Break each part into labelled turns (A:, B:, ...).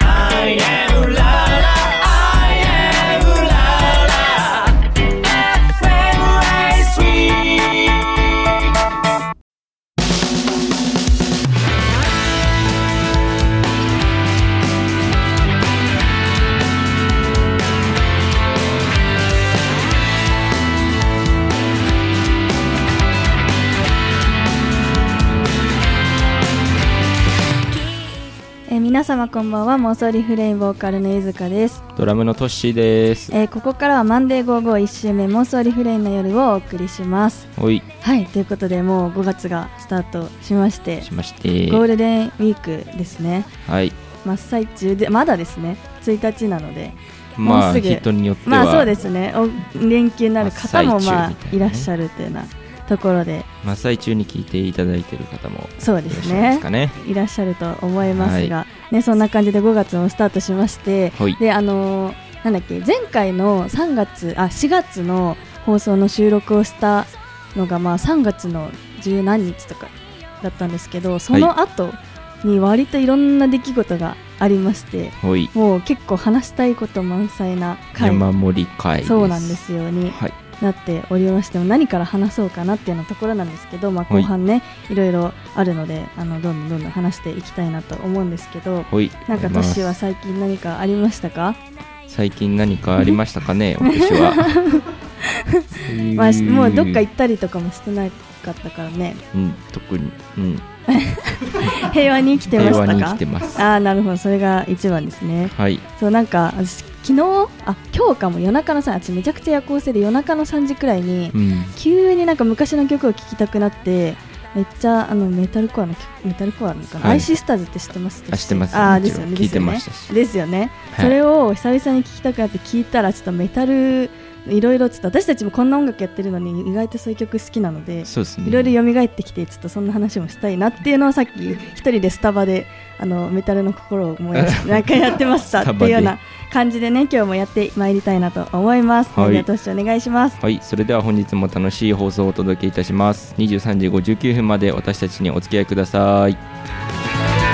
A: I am la la, I am la la. FM ライスウィーク
B: えー皆様こんばんは妄想リフレインボーカルのゆずかです、
C: ドラムのトッシーです。
B: えーここからはマンデー551週目妄想リフレインの夜をお送りします
C: おい、
B: はいということでもう5月がスタートしまして
C: しまして。
B: ゴールデンウィークですね
C: はい。
B: 真っ最中でまだですね1日なので
C: ま
B: もう
C: あ、
B: すぐ
C: 人によっては。
B: まあそうですねお連休になる方もまあ
C: 真っ最中みたいなね
B: いらっしゃるというようなところで
C: 真っ最中に聞いていただいている方も。
B: そうですね
C: かね。
B: いらっしゃると思いますが、ね、そんな感じで5月もスタートしまして、
C: はい
B: であのーなんだっけ前回の3月あ4月の放送の収録をしたのが、まあ、3月の十何日とかだったんですけどその後に割といろんな出来事がありまして、
C: おい、
B: もう結構話したいこと満載な回、
C: 山盛り会です。
B: そうなんで。すよに
C: はい。
B: なっておりましても何から話そうかなっていうようなところなんですけど、まあ、
C: は
B: 後
C: い
B: 半ね、い、ろいろあるのであのどんどんどんどん話していきたいなと思うんですけど
C: おい、
B: なんか
C: あります
B: 年は最近何かありましたか、
C: 最近何かありました かね、私は。うーん
B: まあ、しもうどっか行ったりとかもしてなかったから ね
C: うん、特に、うん、
B: 平和に生きてま
C: 平
B: し
C: 和
B: た
C: に
B: か
C: 生きてます。
B: ああなるほどそれが一番ですね
C: はい。
B: そうなんか私昨日あ今日かも夜中のさ私めちゃくちゃ夜行性で夜中の3時くらいに
C: うん。
B: 急になんか昔の曲を聴きたくなってめっちゃあのメタルコアの曲メタルコアなのかな、
C: はい
B: アイシスターズって知ってます
C: あ知ってます
B: あー
C: も
B: で
C: ち
B: す
C: ろ
B: よ
C: ん
B: ね
C: 聞いてましたし
B: ですよね、
C: はい
B: それを久々に聴きたくなって聞いたらちょっとメタルいろいろちょっと私たちもこんな音楽やってるのに意外とそういう曲好きなので
C: そうですね。
B: いろいろ蘇ってきてちょっとそんな話もしたいなっていうのをさっき一人でスタバであのメタルの心を思い出 してなんかやってました
C: スタ
B: っ
C: バ
B: て
C: で
B: いうような感じでね今日もやってまいりたいなと思います、
C: はい
B: ではトシお願いします
C: はい、それでは本日も楽しい放送をお届けいたします。23時59分まで私たちにお付き合いください。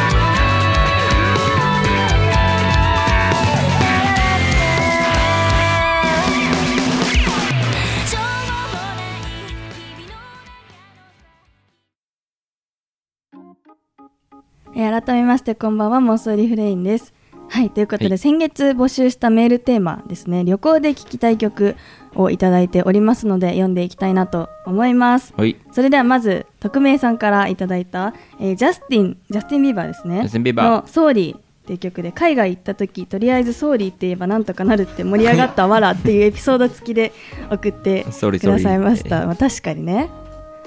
B: えー改めましてこんばんは妄想リフレインですはいということで、
C: はい
B: 先月募集したメールテーマですね旅行で聴きたい曲をいただいておりますので読んでいきたいなと思います
C: はい、
B: それではまず匿名さんからいただいた、えージャスティンジャスティン・ビーバーですね
C: ジャスティンビーバー
B: の「ソーリー」っていう曲で海外行った時とりあえず「ソーリー」って言えばなんとかなるって盛り上がったわらっていうエピソード付きで送って
C: ソーリー
B: くださいまし
C: ソーリ
B: た、
C: ー
B: まあ、確かにね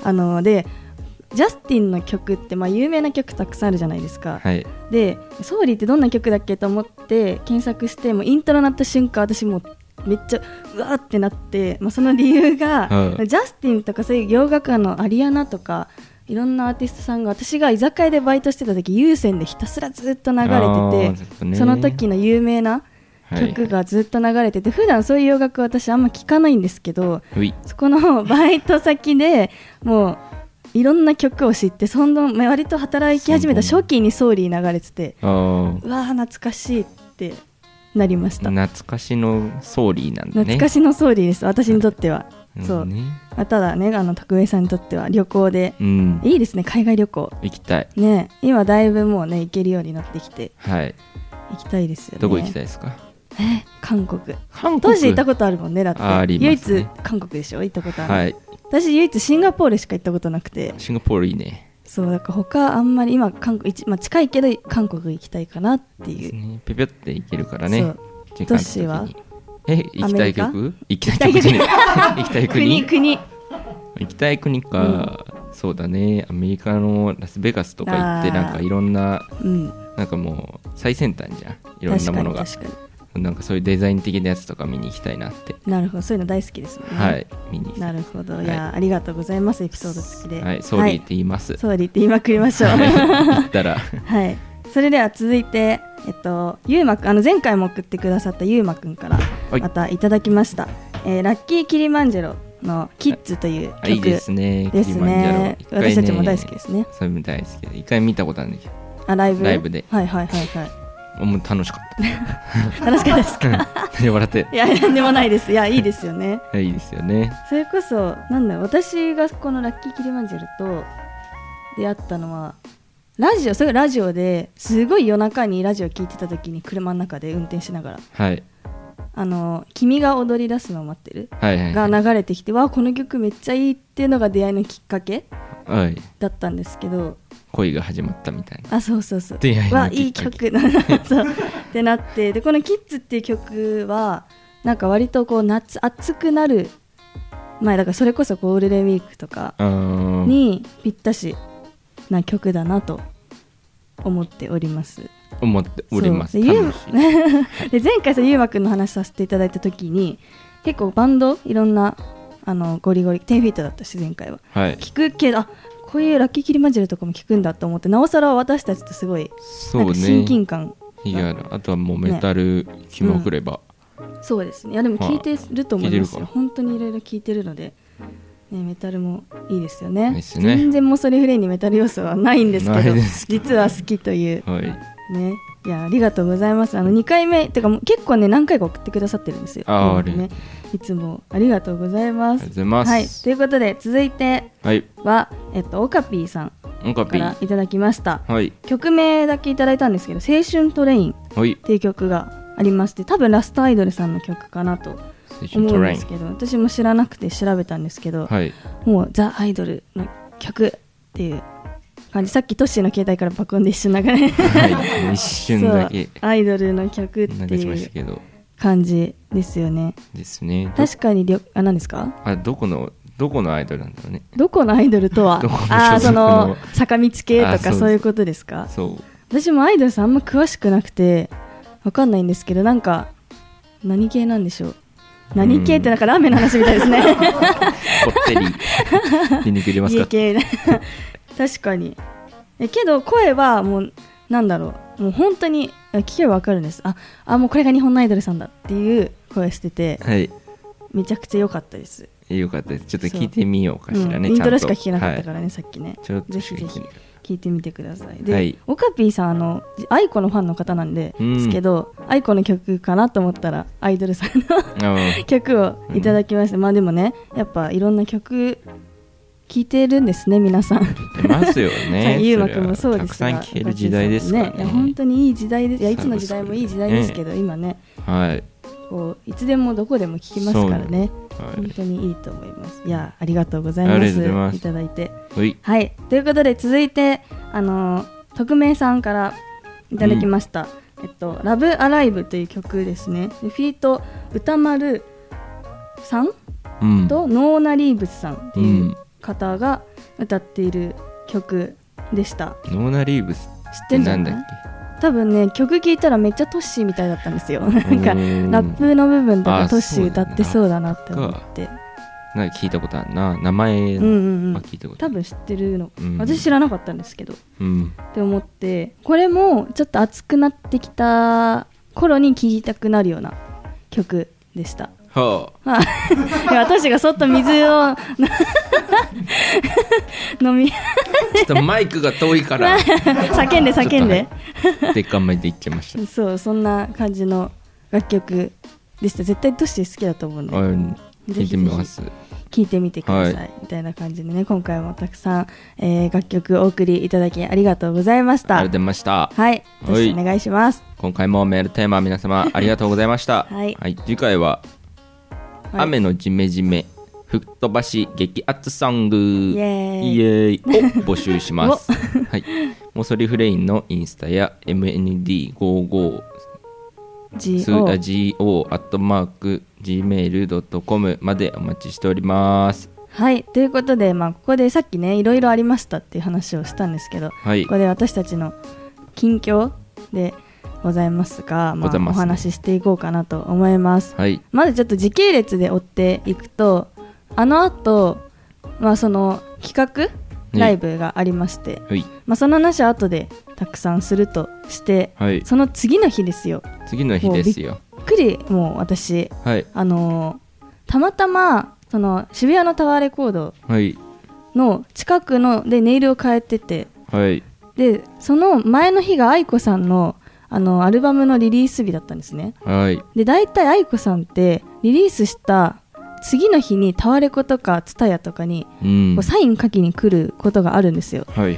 B: あのでジャスティンの曲って、まあ、有名な曲たくさんあるじゃないですか、
C: はい、
B: で「ソーリー」ってどんな曲だっけと思って検索してもうイントロ鳴った瞬間私もうめっちゃうわーってなって、まあ、その理由が、
C: うん
B: ジャスティンとかそういう洋楽のアリアナとかいろんなアーティストさんが私が居酒屋でバイトしてた時有線でひたすらずっと流れ
C: あー
B: て、
C: ずってとね
B: その時の有名な
C: はい
B: 曲がずっと流れてて、普段そういう洋楽私あんま聞かないんですけど、
C: うい、
B: そこのバイト先でもういろんな曲を知ってそんどんまあ割と働き始めた初期に「ソーリー」流れてて
C: あー
B: うわー懐かしいってなりました、
C: 懐かしのソーリーなんだね。
B: 懐かしの「ソーリー」です私にとっては、
C: うん
B: そう、
C: ね、
B: まあただねあの徳江さんにとっては旅行で、
C: うん、
B: いいですね海外旅行
C: 行きたい。
B: ね今だいぶもうね行けるようになってきて
C: はい、
B: 行きたいですよね
C: どこ行きた
B: い
C: いですか。
B: 韓国
C: 韓
B: 当時行った
C: こ
B: ことあるもんねだって
C: あり
B: 唯
C: ますね
B: 一韓国でしょ行ったことある、
C: はい、
B: 私唯一シンガポールしか行ったことなくて
C: シンガポールいいね。
B: そうだから他あんまり今韓国、一まあ、近いけど韓国行きたいかなって
C: です
B: いう
C: ねぴぴょって行けるからね。
B: そう
C: 時
B: 都
C: 間
B: 市は
C: 的にえ、行きたい
B: アメ
C: 曲行きたい曲じゃねえ 行きたい国
B: 国国
C: 行きたい国か、そうだねアメリカのラスベガスとか行って
B: あー
C: なんかいろんな
B: うん
C: なんかもう最先端じゃんいろんなものが
B: 確かに確か
C: なんかそういうデザイン的なやつとか見に行きたいなって、
B: になるほどそういうの大好きですもんね
C: はい見に行きた
B: ないるほど
C: はい
B: いや、ありがとうございますエピソード付きでは
C: はいソーリーって言います、
B: ソーリーって言いまくりましょう
C: はい
B: は
C: 行っ たら
B: いそれでは続いてえっとゆうまくんあの前回も送ってくださったゆうまくんから
C: はい
B: またいただきました、えーラッキーキリマンジェロの「キッズ」という
C: あ
B: 曲
C: いいですね
B: ですね
C: キリマンジャロ
B: 私たちも大好きですね
C: それも大好きで一回見たことあるんだけど
B: あライブ
C: ライブで
B: はいはいはいはい
C: もう楽しかっ
B: 楽しかったです
C: たうん
B: か。
C: 何笑って
B: いや、なんでもないです。いや、いいですよね。
C: いやいいですよね
B: それこそ、なんだろう、私がこのラッキーキリマンジェルと出会ったのは、ラジオ、それがラジオですごい夜中にラジオ聞いてた時に車の中で運転しながら、
C: はい
B: あの、君が踊り出すのを待ってる
C: はいはい
B: が
C: はい
B: 流れてきて、わあ、この曲めっちゃいいっていうのが出会いのきっかけ
C: はい
B: だったんですけど、
C: 恋が始まったみたいな
B: あそうそうそう
C: 出会いの
B: わ
C: き
B: い
C: っ
B: い
C: か
B: 曲 だなそうってなってでこの「キッズ」っていう曲はなんか割とこう夏暑くなる前だからそれこそゴールデンウィークとか
C: うーん
B: にぴったしな曲だなと思っております
C: 思っております
B: そうでゆう
C: 楽しい
B: で前回さゆうまくんの話させていただいた時に結構バンドいろんなあのゴリゴリ10フィートだったし前回は
C: はい
B: 聞くけどあこういうラッキーキリマンジェルとかも聞くんだと思ってなおさら私たちとすごい
C: そ
B: なん
C: う
B: か
C: ね
B: 親近感
C: いやあとはもうメタル気まくれば、
B: そうですねいやでも
C: は
B: 聞
C: い
B: いてると思います
C: 聞いてる
B: よ
C: か
B: 本当にいろいろ聞いてるので、ね、メタルもいいですよね
C: いいですね
B: 全然もうそれフレーにメタル要素はないんですけ
C: ない
B: ど
C: です
B: 実は好きという
C: はい
B: ねいやありがとうございますあの2回目てかもう結構ね何回か送ってくださってるんですよ
C: あー
B: なんかねいつもありがとうございま
C: ありがとう
B: す
C: ございます。
B: はいということで続いて
C: はい。
B: はえっとオカピーさん
C: オカ
B: か
C: ピ
B: ら
C: ー。
B: いただきました
C: はい。
B: 曲名だけいただいたんですけど「青春トレイン」
C: はい
B: っ。ていう曲がありまして多分ラストアイドルさんの曲かなと
C: 青春
B: 思う
C: ト
B: ん
C: レ
B: で
C: イ
B: す
C: ン。
B: けど私も知らなくて調べたんですけど、
C: はい。
B: もうザ・アイドルの曲っていう感じさっきトッシーの携帯から爆音で一瞬流れ
C: はい。一瞬だけ
B: そうアイドルの曲って
C: 流しま
B: い
C: した
B: う
C: けど。
B: 感じですよね
C: ですね。ど
B: 確かにりょあ何ですか
C: あどこのどこのアイドルなんだろうね。
B: どこのアイドルとは
C: どこの所属の
B: ああその坂道系
C: あ
B: と
C: そう
B: か
C: です
B: そういうことですか
C: そう。
B: 私もアイドルさんあんま詳しくなくてわかんないんですけどなんか何系なんでしょう何系ってなんかラーメンの話みたい ですね
C: こってり。 筋肉入れます
B: 家
C: か。
B: 系だ確かにえけど声はもうなんだろうもう本当にあ聞けばわかるんですああもうこれが日本のアイドルさんだっていう声してて
C: はい。
B: めちゃくちゃ良かったです、
C: よかったです。ちょっと聞いてみようかしら
B: うん
C: ね。
B: イントロし
C: ちゃ
B: か
C: んと。
B: 聞けなかったかららね、さっきね
C: ちょっと
B: ぜひぜひ聞いてみてください
C: は
B: で、
C: い
B: オカピーさんあのアイコのファンの方なんで
C: うん
B: すけど、アイコの曲かなと思ったらアイドルさんの
C: はい。
B: 曲をいただきました、まあでもねやっぱいろんな曲聴いてるんですね皆さん
C: うんいます よ
B: さあ
C: ね。
B: ゆうまくんも そう
C: れは
B: で
C: たく
B: す
C: さん聞ける時代ですから
B: ねいや本
C: ね。
B: 当にいい時代ですいやいつ
C: そう
B: の
C: です
B: 時
C: よね
B: 代もいい時代ですけど、今ね
C: はい。
B: こういつでもどこでも聞けますからね
C: そうはい
B: 本当にいいと思いますいやありがとうございます
C: ありがとうございます
B: ただいて
C: はい。
B: はいということで続いてあのー匿名さんからいただきました、えっと「ラブアライブという曲ですねでフィート歌丸さん
C: うん。
B: とノーナリーブスさんって
C: う
B: いうん方が歌っている曲でした、
C: ノーナリーブス
B: 知っ
C: ってて
B: んじ
C: な
B: ゃ
C: ん
B: な
C: だ
B: い
C: っ
B: 多分ね曲聴いたらめっちゃトッシーみたいだったんですよなん
C: け。
B: か
C: うん
B: ラップの部分と
C: あ
B: かトッシ
C: そう
B: ー
C: なんだ
B: 歌ってそうだなって思って
C: なんか聞いたことあるな名前
B: うんうんう
C: は
B: ん
C: 聞いたことあ
B: 多
C: る、
B: 分知ってるの、
C: うん
B: 私知らなかったんですけどっ
C: うん
B: て思ってこれもちょっと熱くなってきた頃に聴きたくなるような曲でした
C: は
B: あ
C: あ
B: いや私がそっと水を 飲み
C: ちょっとマイクが遠いから
B: 叫んで叫んで、
C: でっかんまいで言っちゃいまし
B: そうそんな感じの楽曲でした絶対トッシー好きだと思うんで
C: た、うん聞
B: ぜひぜひ
C: いてみます
B: 聞いてみてください、
C: はい
B: みたいな感じでね今回もたくさん、えー楽曲お送りいただきありがとうございまし
C: あ
B: た
C: りがとうございました
B: はいト
C: はい
B: シお願いします
C: 今回もメールテーマ皆様ありがとうございました、
B: はい
C: 次回は、
B: はい
C: 雨のジメジメ吹っ飛ばし激アツソングイ
B: エーイ
C: イエーイを募集しますはいモソリフレインのインスタや MND55 ツ
B: GO
C: ー GO アットマーク Gmail.com までお待ちしております
B: はいということで、まあ、ここでさっきねいろいろありましたっていう話をしたんですけど、
C: はい
B: ここで私たちの近況でございますが、ま
C: ござい
B: あ、
C: ますね
B: お話ししていこうかなと思います
C: はい
B: まずちょっと時系列で追っていくとあの後、まあその企
C: い
B: 画ライブがありまして、
C: はい
B: まあ、その話は後でたくさんするとして、
C: はい
B: その次の日ですよ
C: 次の日ですよ
B: びっくりもう私
C: はい
B: あのーたまたまその渋谷のタワーレコード
C: はい
B: の近くのでネイルを変えてて
C: はい
B: でその前の日が愛子さんのあのアルバムのリリース日だったんですね
C: はい
B: で大体愛子さんってリリースした次の日にタワレコとかツタヤとかに
C: う
B: こ
C: ん
B: う
C: はい
B: サイン書きに来ることがあるんですよ
C: はい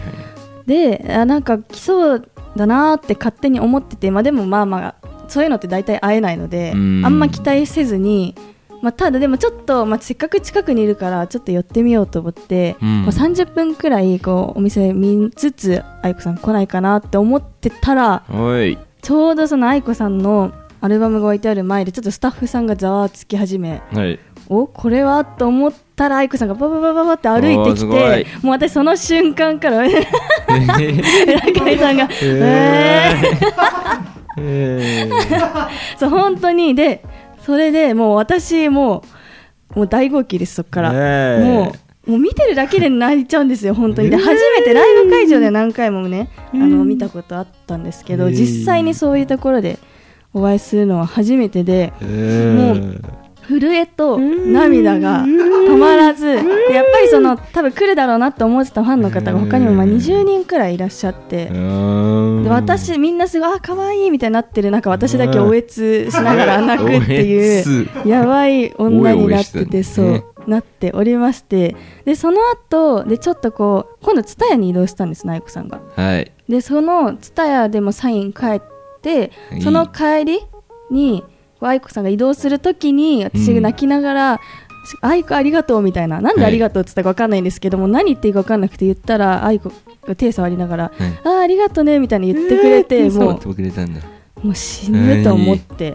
B: であなんか来そうだなーって勝手に思ってて、まあ、でもまあまあそういうのって大体会えないのであ
C: うん
B: んま期待せずに、まあ、ただでもちょっと、まあ、せっかく近くにいるからちょっと寄ってみようと思って、
C: うん
B: こう30分くらいこうお店見つつ愛子さん来ないかなって思ってたら
C: はい
B: ちょうどその愛子さんのアルバムが置いてある前でちょっとスタッフさんがざわつき始め
C: はい
B: おこれはと思ったら愛子さんがバババババって歩いてき
C: おー
B: て
C: す
B: もう私その瞬間から 中井さんが「えー
C: えー
B: そう本当にでそれでもう私もうもう大号泣ですそっから、
C: ねえ
B: もうもう見てるだけで泣いちゃうんですよ本当にで初めてライブ会場で何回もねあの見たことあったんですけど
C: うん
B: 実際にそういうところでお会いするのは初めてで
C: えー
B: もう震えと涙が止まらずでやっぱりその多分来るだろうなと思ってたファンの方が他にもまあ
C: うん
B: 20人くらいいらっしゃって
C: う。ーん
B: で私みんなすごいあ可愛いみたいになってる中私だけおえつしながら泣くっていう
C: お
B: やばい女になっ
C: おえおえしててんね
B: てそうなっておりましてでその後でちょっとこう今度蔦屋に移動したんですナイコさんが
C: はい
B: でその蔦屋でもサイン書いて
C: はい
B: その帰りにこう愛子さんが移動するときに私が泣きながら「愛子ありがとう」みたいななんで「ありがとう」って言ったか分かんないんですけども、何言っていいか分かんなくて言ったら愛子が手触りながら
C: はい
B: あーありがとうねみたいに言ってくれて、
C: そう
B: も
C: やってくれたんだ
B: うもう死ぬと思って、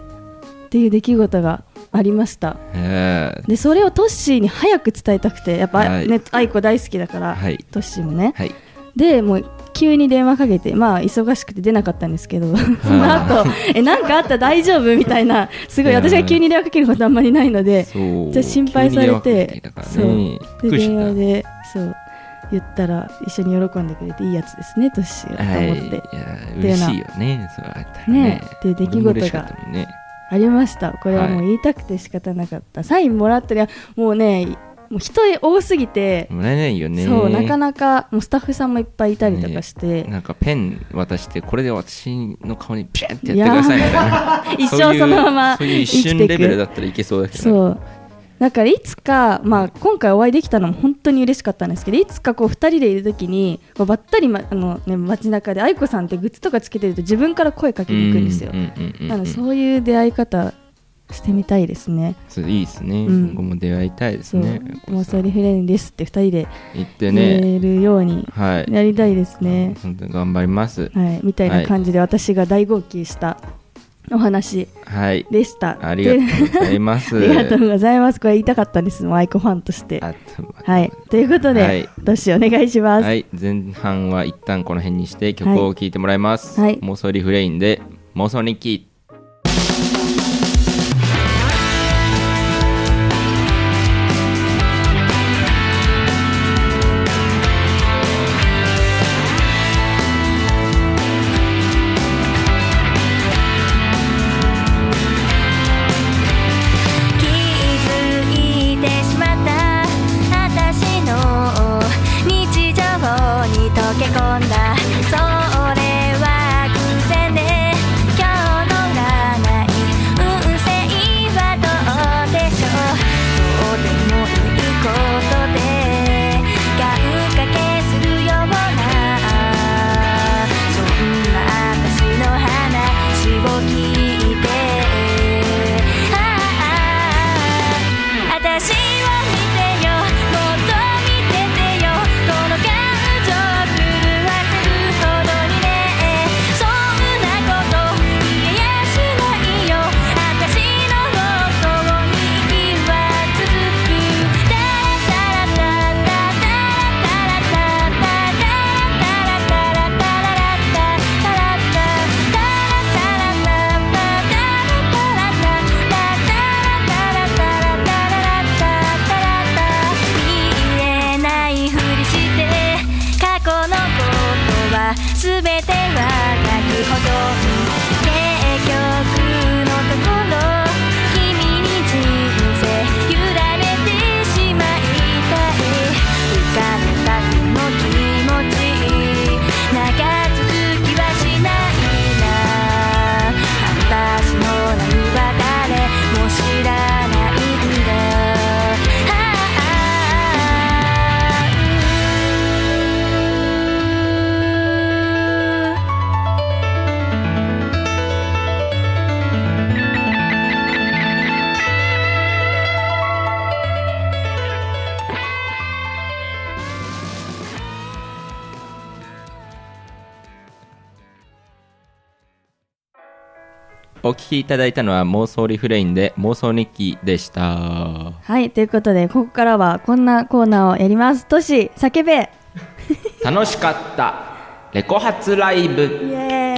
B: っていう出来事がありました
C: えー
B: でそれをトッシーに早く伝えたくてやっぱ、
C: はい
B: ね、愛子大好きだから、
C: はい
B: トッシーもね、
C: はい
B: でもう急に電話かけてまあ忙しくて出なかったんです けどその後えなんかあった大丈夫みたいなすごい
C: いや
B: 私が急に電話かけることあんまりないので
C: そう
B: じゃあ心配されて
C: 急に電話かけ
B: そう
C: てきたからねびっく
B: で
C: りし
B: 電話
C: た
B: でそう言ったら一緒に喜んでくれていいやつですねトッシーはと
C: はい、
B: 思って、
C: いや
B: ていう
C: 嬉
B: のは
C: しいよね、そうあったら
B: ね
C: ね。
B: っていう出来事が
C: 俺も嬉しかったもんね。
B: ありましたこれはもう
C: はい
B: 言いたくて仕方なかった、サインもらったりもうねもう人多すぎて、
C: もらえないよね。
B: そうなかなかもうスタッフさんもいっぱいいたりとかして、
C: なんかペン渡して、これで私の顔にピュンってやってくださいみたいな。
B: 一
C: そう
B: 生
C: いう
B: そのまま
C: そういう
B: 生き
C: 一
B: ていく
C: 瞬レベルだったらいけそうだけど。
B: そうだからいつか、まあ、今回お会いできたのも本当に嬉しかったんですけどいつかこう2人でいる時にこうばったり、まあのね、街中で愛子さんってグッズとかつけてると自分から声かけに行くんですよ、
C: うんうんうんうん
B: なのでそういう出会い方してみたいですね
C: そういいですね。
B: うん
C: 今後も出会いたいです
B: そう
C: ね。
B: 妄想リフレインですって2人で
C: 行って
B: 言
C: ね。
B: えるように
C: はい。
B: なりたいですね、
C: 本当に頑張ります。
B: はい、みたいな感じで私が大号泣したお話
C: はい。
B: でした、
C: ありがとうございます。
B: ありがとうございますこれ言いたかったんですもうアイコファンとして
C: あと
B: はい、ということで、
C: はい
B: どうしようお願いします。
C: はい、前半は一旦この辺にして曲を聴いてもらいます、
B: はい
C: 妄想リフレインで妄想日記
D: 気づいてしまった私の日常に溶け込んだそれは偶然で今日の
C: お聞きいただいたのは妄想リフレインで妄想日記でした
B: はいということでここからはこんなコーナーをやりますトシ叫べ
C: 楽しかったレコ発ライブ
B: イ エーイ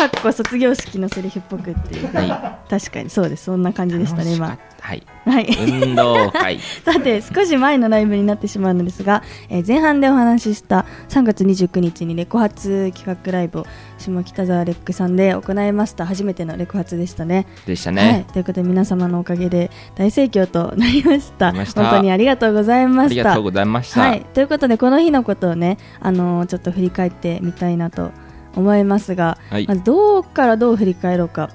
B: かっこ卒業式のセリフっぽくっていう
C: は
B: 確かにそうですそんな感じでしたね今
C: はい
B: はい
C: 運動会
B: さて少し前のライブになってしまうのですが、えー前半でお話しした3月29日にレコ発企画ライブを下北沢レックさんで行いました初めてのレコ発でしたね
C: でした
B: はい、
C: ね、
B: ということで皆様のおかげで大盛況となりました
C: なりました
B: 本当にありがとうござい
C: あ
B: ま
C: り
B: し
C: が
B: た
C: とうございました、
B: はい、ということでこの日のことをね、あのーちょっと振り返ってみたいなと思いますが、
C: はい
B: まずどうからどう振り返ろうか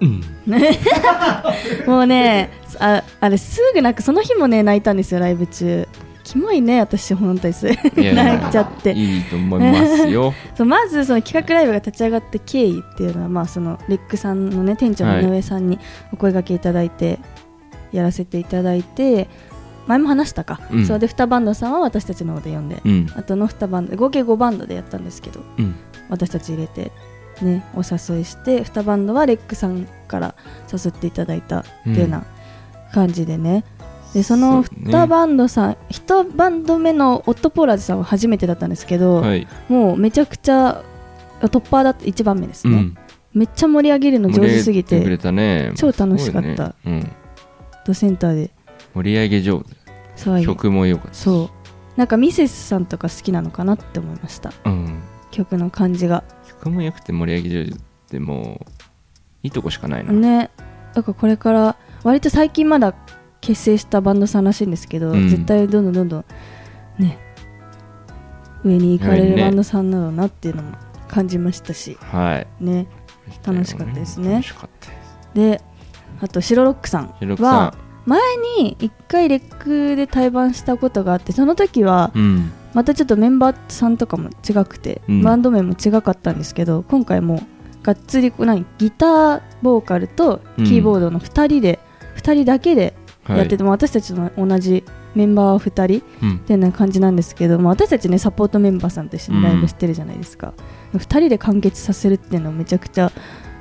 C: うん
B: もうねああれすぐなんかその日もね泣いたんですよライブ中キモいね私本当にす泣
C: いやいや
B: いちゃって
C: いいと思いま すよ
B: そうまずその企画ライブが立ち上がった経緯っていうのは、まあ、そのレックさんの、ね、店長の井上さんにお声掛けいただいてやらせていただいて前も話したか、
C: うん
B: そうで2バンドさんは私たちの方で呼んで、
C: うん
B: あとの2バンド合計5バンドでやったんですけど
C: うん
B: 私たち入れて、ね、お誘いして2バンドはレックさんから誘っていただいたっていうような感じでね、でその
C: そうね
B: 2バンドさん、1バンド目のオットポーラーズさんは初めてだったんですけど、
C: はい、
B: もうめちゃくちゃトッパーだって1番目です
C: う
B: ね、
C: ん、
B: めっちゃ盛り上げるの上手すぎ
C: 盛り上げくれ
B: て
C: たね
B: 超楽しかった
C: すごいねうん、
B: ドセンターで
C: 盛り上げ上手、
B: 騒いで
C: 曲も良かったし
B: そうなんかミセスさんとか好きなのかなって思いました
C: うん、
B: 曲の感じが
C: 曲も良くて盛り上げ上手ってもういいとこしかないな、
B: ねだからこれから割と最近まだ結成したバンドさんらしいんですけど、
C: うん
B: 絶対どんどんどんどんね上に行かれるバンドさんなのなっていうのも感じましたし
C: はい
B: ね楽しかったですね
C: 楽しかったです
B: であと白ロックさん
C: 白ロックさ
B: は前に1回レックで対バンしたことがあってその時は
C: んうん
B: またちょっとメンバーさんとかも違くて、
C: うん
B: バンド名も違かったんですけど今回もうがっつりこう何ギターボーカルとキーボードの2人で、2人だけで
C: はい
B: やってて、も私たちと同じメンバーは2人
C: うん
B: っていうような感じなんですけど、まあ、私たちねサポートメンバーさんと一緒にライブしてるじゃないですか、2人で完結させるっていうのはめちゃくちゃ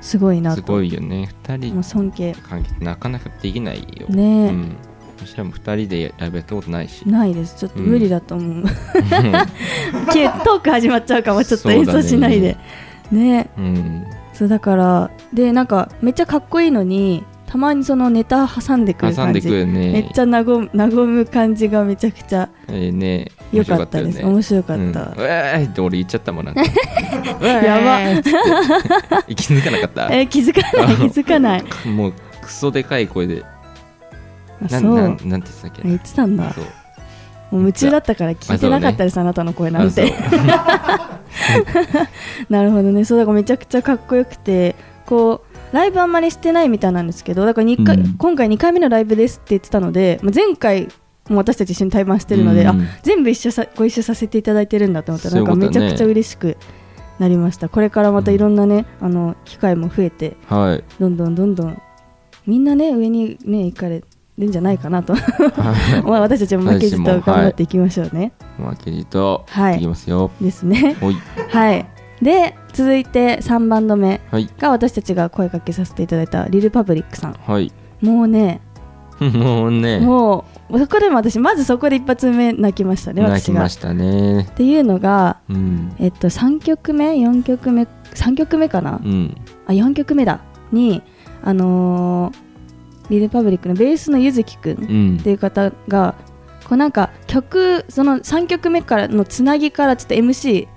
B: すごいな
C: す
B: と
C: ごいよね二
B: もう
C: 人
B: 尊敬
C: 関係なかなかできないよ
B: ねえ
C: うん、私らも二人でライブやったことないし
B: ないですちょっと
C: うん
B: 無理だと思う、 急トーク始まっちゃうかもちょっと演奏しないでね
C: うん
B: そうだからでなんかめっちゃかっこいいのにたまにそのネタ挟んでくる
C: 挟ん
B: 感
C: で
B: じ
C: くるね
B: めっちゃ和む和む感じがめちゃくちゃ
C: ええね
B: 良かったです面白かった,、
C: うん、うえーいって俺言っちゃった もんなんかうえーいって気づかなか った
B: えー気づかない気づかない
C: もうクソでかい声で
B: あ
C: な
B: そ
C: んな
B: うん
C: なんて言ってたっけ
B: 言ってたんだ
C: そう
B: もう夢中だったから聞いてなかったです、あなたの声なんて
C: あそう
B: なるほどねそうだからめちゃくちゃかっこよくてこうライブあんまりしてないみたいなんですけどだから2回、
C: うん
B: 今回2回目のライブですって言ってたので、まあ、前回も私たち一緒に対バンしてるので、
C: うん
B: あ全部一緒さご一緒させていただいてるんだと思ったら
C: そう
B: ないん
C: うこ
B: か
C: とね
B: めちゃくちゃ嬉しくなりましたこれからまたいろんなね、あの機会も増えて
C: はい
B: どんどんどんどんみんなね上にね行かれるんじゃないかな と まあ私たちも負けじと頑張っていきましょうね、
C: 負けじと
B: はい
C: いきますよ
B: ですね
C: ほい
B: はいで続いて3バンド目
C: はい
B: が私たちが声かけさせていただいたリルパブリックさん
C: はい
B: もうね
C: もうね
B: もうそこでも私まずそこで一発目泣きましたね
C: 泣き
B: 私が
C: ましたね
B: っていうのが、
C: うん
B: えっと、3曲目4曲目3曲目かな、
C: うん
B: あ4曲目だにあのーリルパブリックのベースのゆずきくん
C: うん
B: っていう方がこうなんか曲その3曲目からのつなぎからちょっと MC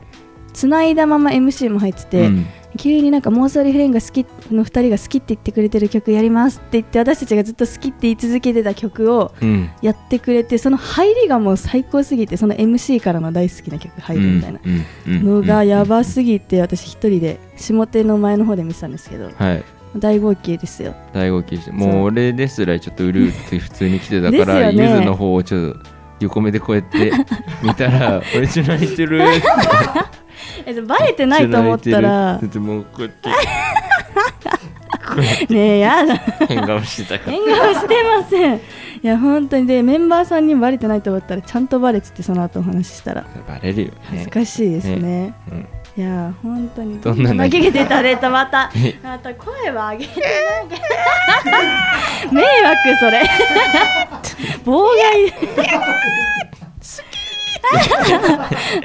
B: つないだまま MC も入ってて、
C: うん
B: 急になんか妄想リフレインが好きの2人が好きって言ってくれてる曲やりますって言って私たちがずっと好きって言い続けてた曲を
C: うん
B: やってくれてその入りがもう最高すぎてその MC からの大好きな曲入るみたいな
C: うんうん
B: のがやばすぎて私一人で下手の前の方で見てたんですけど
C: はい
B: 大号泣ですよ
C: 大号泣して
B: そ
C: も
B: う
C: う俺ですらちょっとうるうって普通に来てたから
B: ですよね
C: ゆずの方をちょっと横目でこうや って見たら「俺ち何してる?」って
B: えでもバレて ないと思ったら
C: 泣いてるってもうこうやって
B: ねえやだ
C: 変顔してたから
B: 変顔してませんいや本当にでメンバーさんにもバレてないと思ったらちゃんとバレててその後お話ししたら
C: バレるよね
B: 恥ずかしいですね
C: うん
B: いやー本当に
C: どんな
B: 投
C: 泣き
B: げてたれたま た
C: え
B: また声は上げてないけど迷惑それ妨害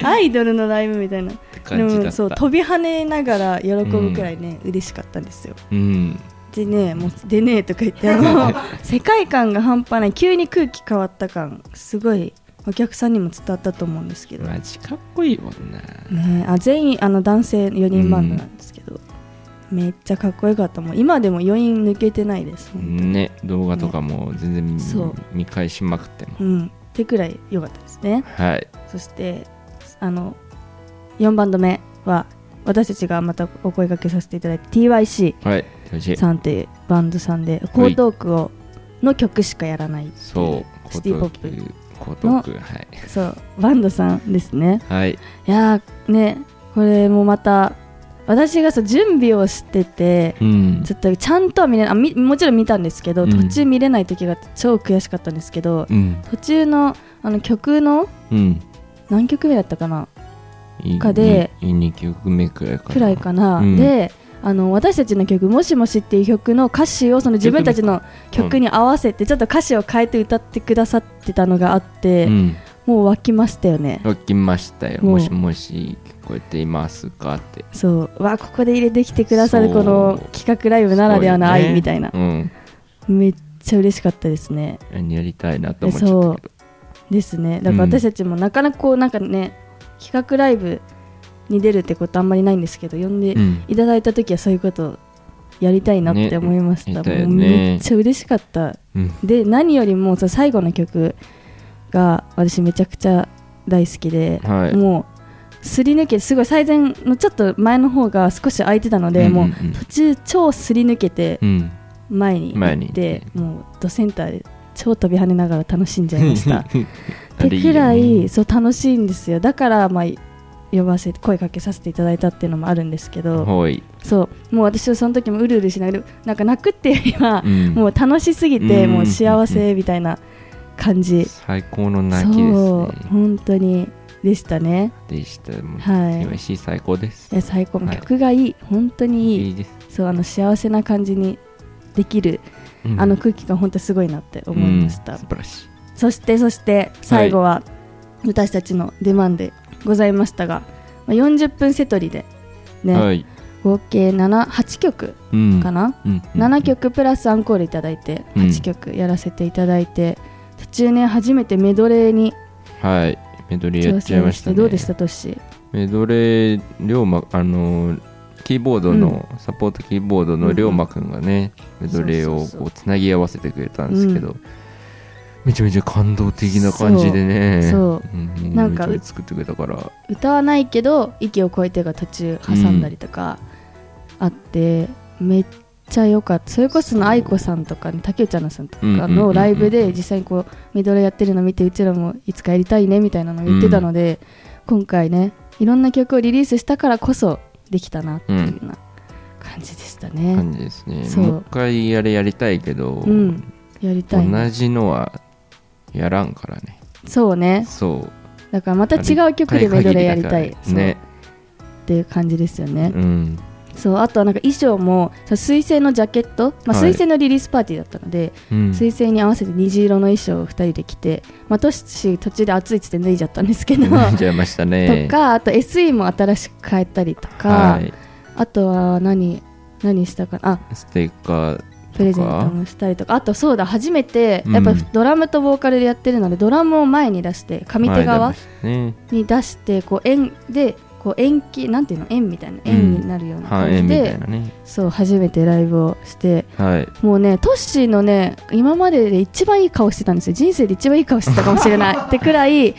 B: アイドルのライブみたいな
C: 感じだった
B: でもそう飛び跳ねながら喜ぶくらいね、嬉しかったんですよ
C: うん
B: でねもうでねえとか言ってあ の世界観が半端ない急に空気変わった感すごいお客さんにも伝わったと思うんですけど
C: マジかっこいいもんな
B: ねえあ全員あの男性4人バンドなんですけど、めっちゃかっこよかったもう今でも余韻抜けてないですほんと
C: ね動画とかも全然見,、
B: そう
C: 見返しまくっても
B: うんってくらい良かったですね
C: はい
B: そしてあの4バンド目は私たちがまたお声掛けさせていただいた TYC
C: はいよし
B: さんというバンドさんで江東区をの曲しかやらないっていう
C: そう
B: シティポップ
C: 江東区はい
B: そうバンドさんですね
C: はい
B: いやーねこれもまた私がそう準備をしてて
C: うん
B: ちょっとちゃんとは見れないあみもちろん見たんですけど、
C: うん
B: 途中見れない時があって超悔しかったんですけど、
C: うん
B: 途中のあの曲の
C: うん
B: 何曲目だったかな
C: いい
B: かで
C: いい2曲目くらいかな
B: くらいかな、
C: うん
B: であの私たちの曲「もしもし」っていう曲の歌詞をその自分たちの曲に合わせてちょっと歌詞を変えて歌ってくださってたのがあって、
C: うん
B: もう沸きましたよね。
C: 起きましたよ
B: もう
C: もしもし聞こえていますかって
B: そうわあここで入れてきてくださる
C: そう
B: この企画ライブならではの
C: すごい
B: 愛
C: ね
B: みたいな
C: うん
B: めっちゃ嬉しかったですね
C: やりたいなと思っちゃったけど
B: ですねだから
C: うん
B: 私たちもなかなかこうなんかね企画ライブに出るってことあんまりないんですけど呼んで
C: うん
B: いただいた時はそういうことをやりたいなって思いました、
C: ねやりたいよね
B: もうめっちゃ嬉しかった
C: うん
B: で何よりもその最後の曲が私めちゃくちゃ大好きで、
C: はい
B: もうすり抜けすごい最前のちょっと前の方が少し空いてたので、
C: うん
B: もう
C: うん
B: 途中超すり抜けて
C: うん
B: 前に
C: 前に
B: 行ってもうドセンターで超飛び跳ねながら楽しんじゃいました て
C: あれいいよ
B: く
C: ね
B: らいそう楽しいんですよだからまあ呼ばせ声かけさせていただいたっていうのもあるんですけど
C: ほい
B: そうもう私はその時もうるうるしながらなんか泣くっていうよりは、
C: うん
B: もう楽しすぎて、
C: うん
B: もう幸せみたいな感じ、
C: 最高の泣きです
B: そう本当にでしたね
C: ねでしたもう
B: はい
C: 美味しい最高です
B: いや最高
C: はい
B: 曲がいい本当にいい
C: いいです
B: そうあの幸せな感じにできる、
C: うん
B: あの空気感本当すごいなって思いました、
C: うん素晴らしい
B: そしてそして最後は私たちの出番でございましたが、まあ、40分セトリで、ね
C: はい
B: 合計78曲かな、
C: うん
B: 7曲プラスアンコールいただいて
C: うん
B: 8曲やらせていただいて、途中ね初めてメドレーに
C: はいメドレーや
B: 挑
C: っちゃいま
B: 戦
C: し
B: したて
C: ね
B: どうでしたトッシー
C: メドレー龍馬あのキーボードの、サポートキーボードの龍馬くんがね、メドレー
B: そう
C: を
B: そう
C: こうつなぎ合わせてくれたんですけど、めちゃめちゃ感動的な感じでね
B: そう
C: うん、
B: な
C: なんん
B: か
C: か作ってくれたから
B: 歌わないけど息を超えてが途中挟んだりとかあって、めっちゃ良かったそれこそその愛子さんとか、ね、竹内アナさんとか
C: うんうんうんう
B: の
C: ん
B: ライブで実際にこうメドレーやってるの見てうちらもいつかやりたいねみたいなのを言ってたので、今回ねいろんな曲をリリースしたからこそできたなっていうような感じでしたね、
C: 感じですね
B: そう
C: もう一回あれやりたいけど、
B: うんやりたい
C: 同
B: ね
C: じのはやらんからね
B: そうね
C: そう
B: だからまた違う曲でメドレーやりた
C: あれ
B: い
C: 一回限だか
B: そう
C: らね
B: っていう感じですよね、
C: うん
B: そうあとはなんか衣装もそう水星のジャケット、まあ、
C: はい
B: 水星のリリースパーティーだったので、
C: うん
B: 水星に合わせて虹色の衣装を2人で着て、まあ、トシシ途中で暑いっつって脱いじゃったんですけ ど、
C: 飲んじゃいましたね
B: とかあと SE も新しく変えたりとか、
C: はい
B: あとは何何したかなあ
C: ステッカー
B: プレゼントもしたりとかあとそうだ初めて
C: うん
B: やっぱドラムとボーカルでやってるので、ドラムを前に出して上手側
C: 前出ましたね
B: に出してこう円でこう円形なんていうの円みたいな
C: う
B: 円
C: ん
B: になるような
C: 半
B: 感じ
C: 円み
B: で、
C: たいなね
B: そう初めてライブをして
C: はい
B: もうねトッシーのね今までで一番いい顔してたんですよ人生で一番いい顔してたかもしれ ないってくらい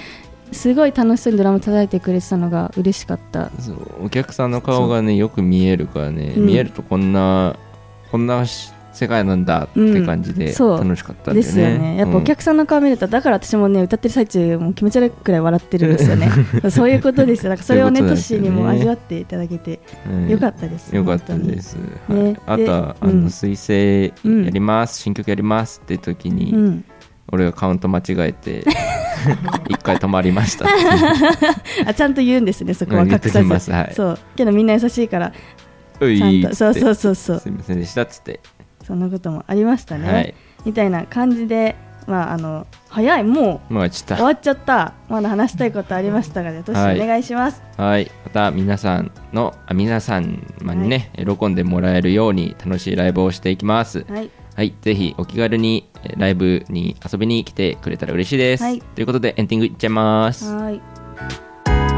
B: すごい楽しそうにドラム叩いてくれてたのが嬉しかった
C: そうお客さんの顔がねよく見えるからね、
B: うん
C: 見えるとこんなこんなし世界なんだって感じ
B: うん
C: で
B: そう
C: 楽しかったんだよね、
B: ですよねやっぱお客さんの顔見ると、だから私もね歌ってる最中もう気持ち悪いくらい笑ってるんですよ ねそういうことですよだからそれをね
C: そ
B: トッ
C: ういうことです
B: シー
C: よね
B: にも味わっていただけて
C: うん
B: よかったです、
C: よかったです、
B: 本当に
C: はい
B: ね
C: あとは
B: で
C: あ
B: うん
C: の「水星やります、新曲やります」って時
B: 本
C: に、
B: 当にうん
C: 俺がカウント間違えて一回止まりました。
B: あちゃんと言うんですねそこは
C: うん言
B: 隠
C: って
B: さ
C: きま
B: ず、
C: すはい
B: そうけどみんな優しいから
C: う
B: ちゃん
C: い
B: とそうそうそうそう
C: すいませんでしたっつって。
B: そんなこともありましたね、
C: はい
B: みたいな感じでまああの早いもう
C: もうちょっ
B: 終わっちゃったまだ話したいことありましたがじゃあトシ、
C: はい
B: お願いします
C: と。はい。また皆さんの、あ皆さんにね、喜んでもらえるように楽しいライブをしていきます。
B: はい
C: はい。ぜひお気軽にえーライブに遊びに来てくれたら嬉しいです。
B: はい
C: ということでエンディングいっちゃいます。
B: はーい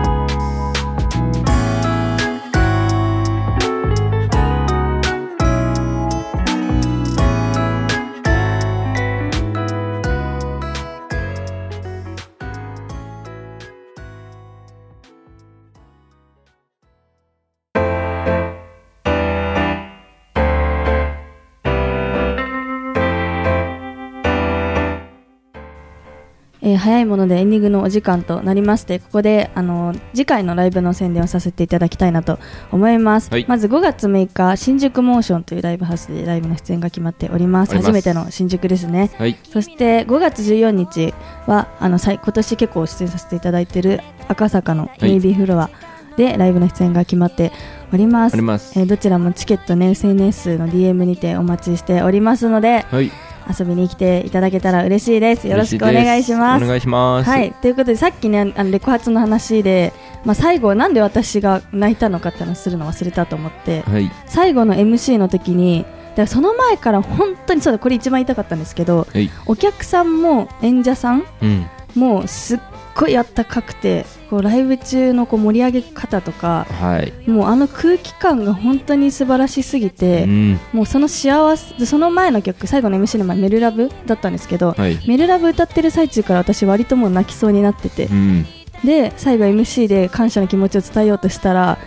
B: えー早いものでエンディングのお時間となりましてここであのー次回のライブの宣伝をさせていただきたいなと思います、
C: はい
B: まず5月6日新宿モーションというライブハウスでライブの出演が決まっております
C: あります
B: 初めての新宿ですね
C: はい。
B: そして5月14日はあのさい今年結構出演させていただいている赤坂の
C: い
B: AB フロアでライブの出演が決まっております
C: あります
B: えーどちらもチケットね SNS の DM にてお待ちしておりますので
C: はい。
B: 遊びに来ていただけたら嬉しいですよろしくお願いしま
C: 嬉しいですお願いします。
B: はい、ということでさっきねあのレコ発の話で、まあ、最後なんで私が泣いたのかって話するの忘れたと思って
C: はい。
B: 最後の MC の時にだからその前から本当にそうだこれ一番言いたかったんですけど
C: はい。
B: お客さんも演者さん
C: うん。
B: もすっごいあったかくてこうライブ中のこう盛り上げ方とか
C: はい。
B: もうあの空気感が本当に素晴らしすぎて。
C: うん。
B: もうその幸せでその前の曲最後の MC の前メルラブだったんですけど、
C: はい。
B: メルラブ歌ってる最中から私割ともう泣きそうになってて、
C: うん。
B: で最後 MC で感謝の気持ちを伝えようとしたら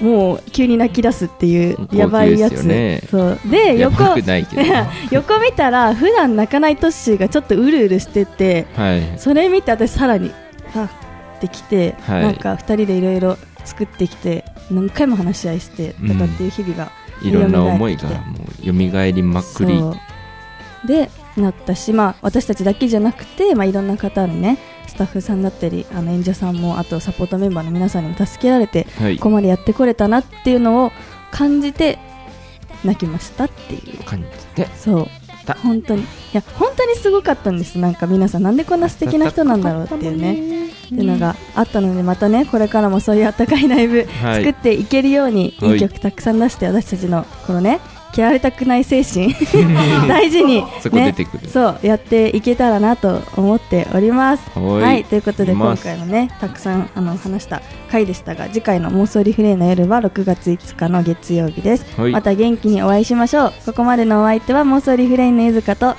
B: もう急に泣き出すっていう
C: 高級
B: やばいや
C: で
B: つ
C: すよね
B: そうで
C: や
B: 横
C: ばくないけど。は
B: 横見たら普段泣かないトッシーがちょっとうるうるしてて
C: い。
B: それ見て私さらにあってきて、
C: はい
B: なんか2人でいろいろ作ってきて何回も話し合いしてとかっていう日々が、
C: いろんな思いがもう蘇りまくり
B: そうでなったし、まあ、私たちだけじゃなくて、まあ、いろんな方のねスタッフさんだったりあの演者さんもあとサポートメンバーの皆さんにも助けられて
C: はい
B: ここまでやってこれたなっていうのを感じて泣きましたっていう
C: 感じて
B: そう
C: た
B: 本当にいや本当にすごかったんですなんか皆さんなんでこんな素敵な人なんだろうっていうねっていうのがあったのでまたねこれからもそういうあったかいライブ
C: はい
B: 作っていけるように、
C: はい
B: い、い曲たくさん出して私たちのこのね嫌われたくない精 神大事に、ね、
C: そこ出てくる
B: そうやっていけたらなと思っております。
C: はい
B: ということで
C: いま
B: 今
C: す
B: 回もねたくさんあの話した回でしたが次回の妄想リフレイの夜は6月5日の月曜日です、
C: はい
B: また元気にお会いしましょうここまでのお相手は妄想リフレインのゆずかと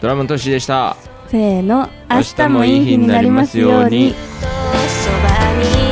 C: ドラムのトシでした
B: せーの
C: 明日もいい日になりますように
D: そばに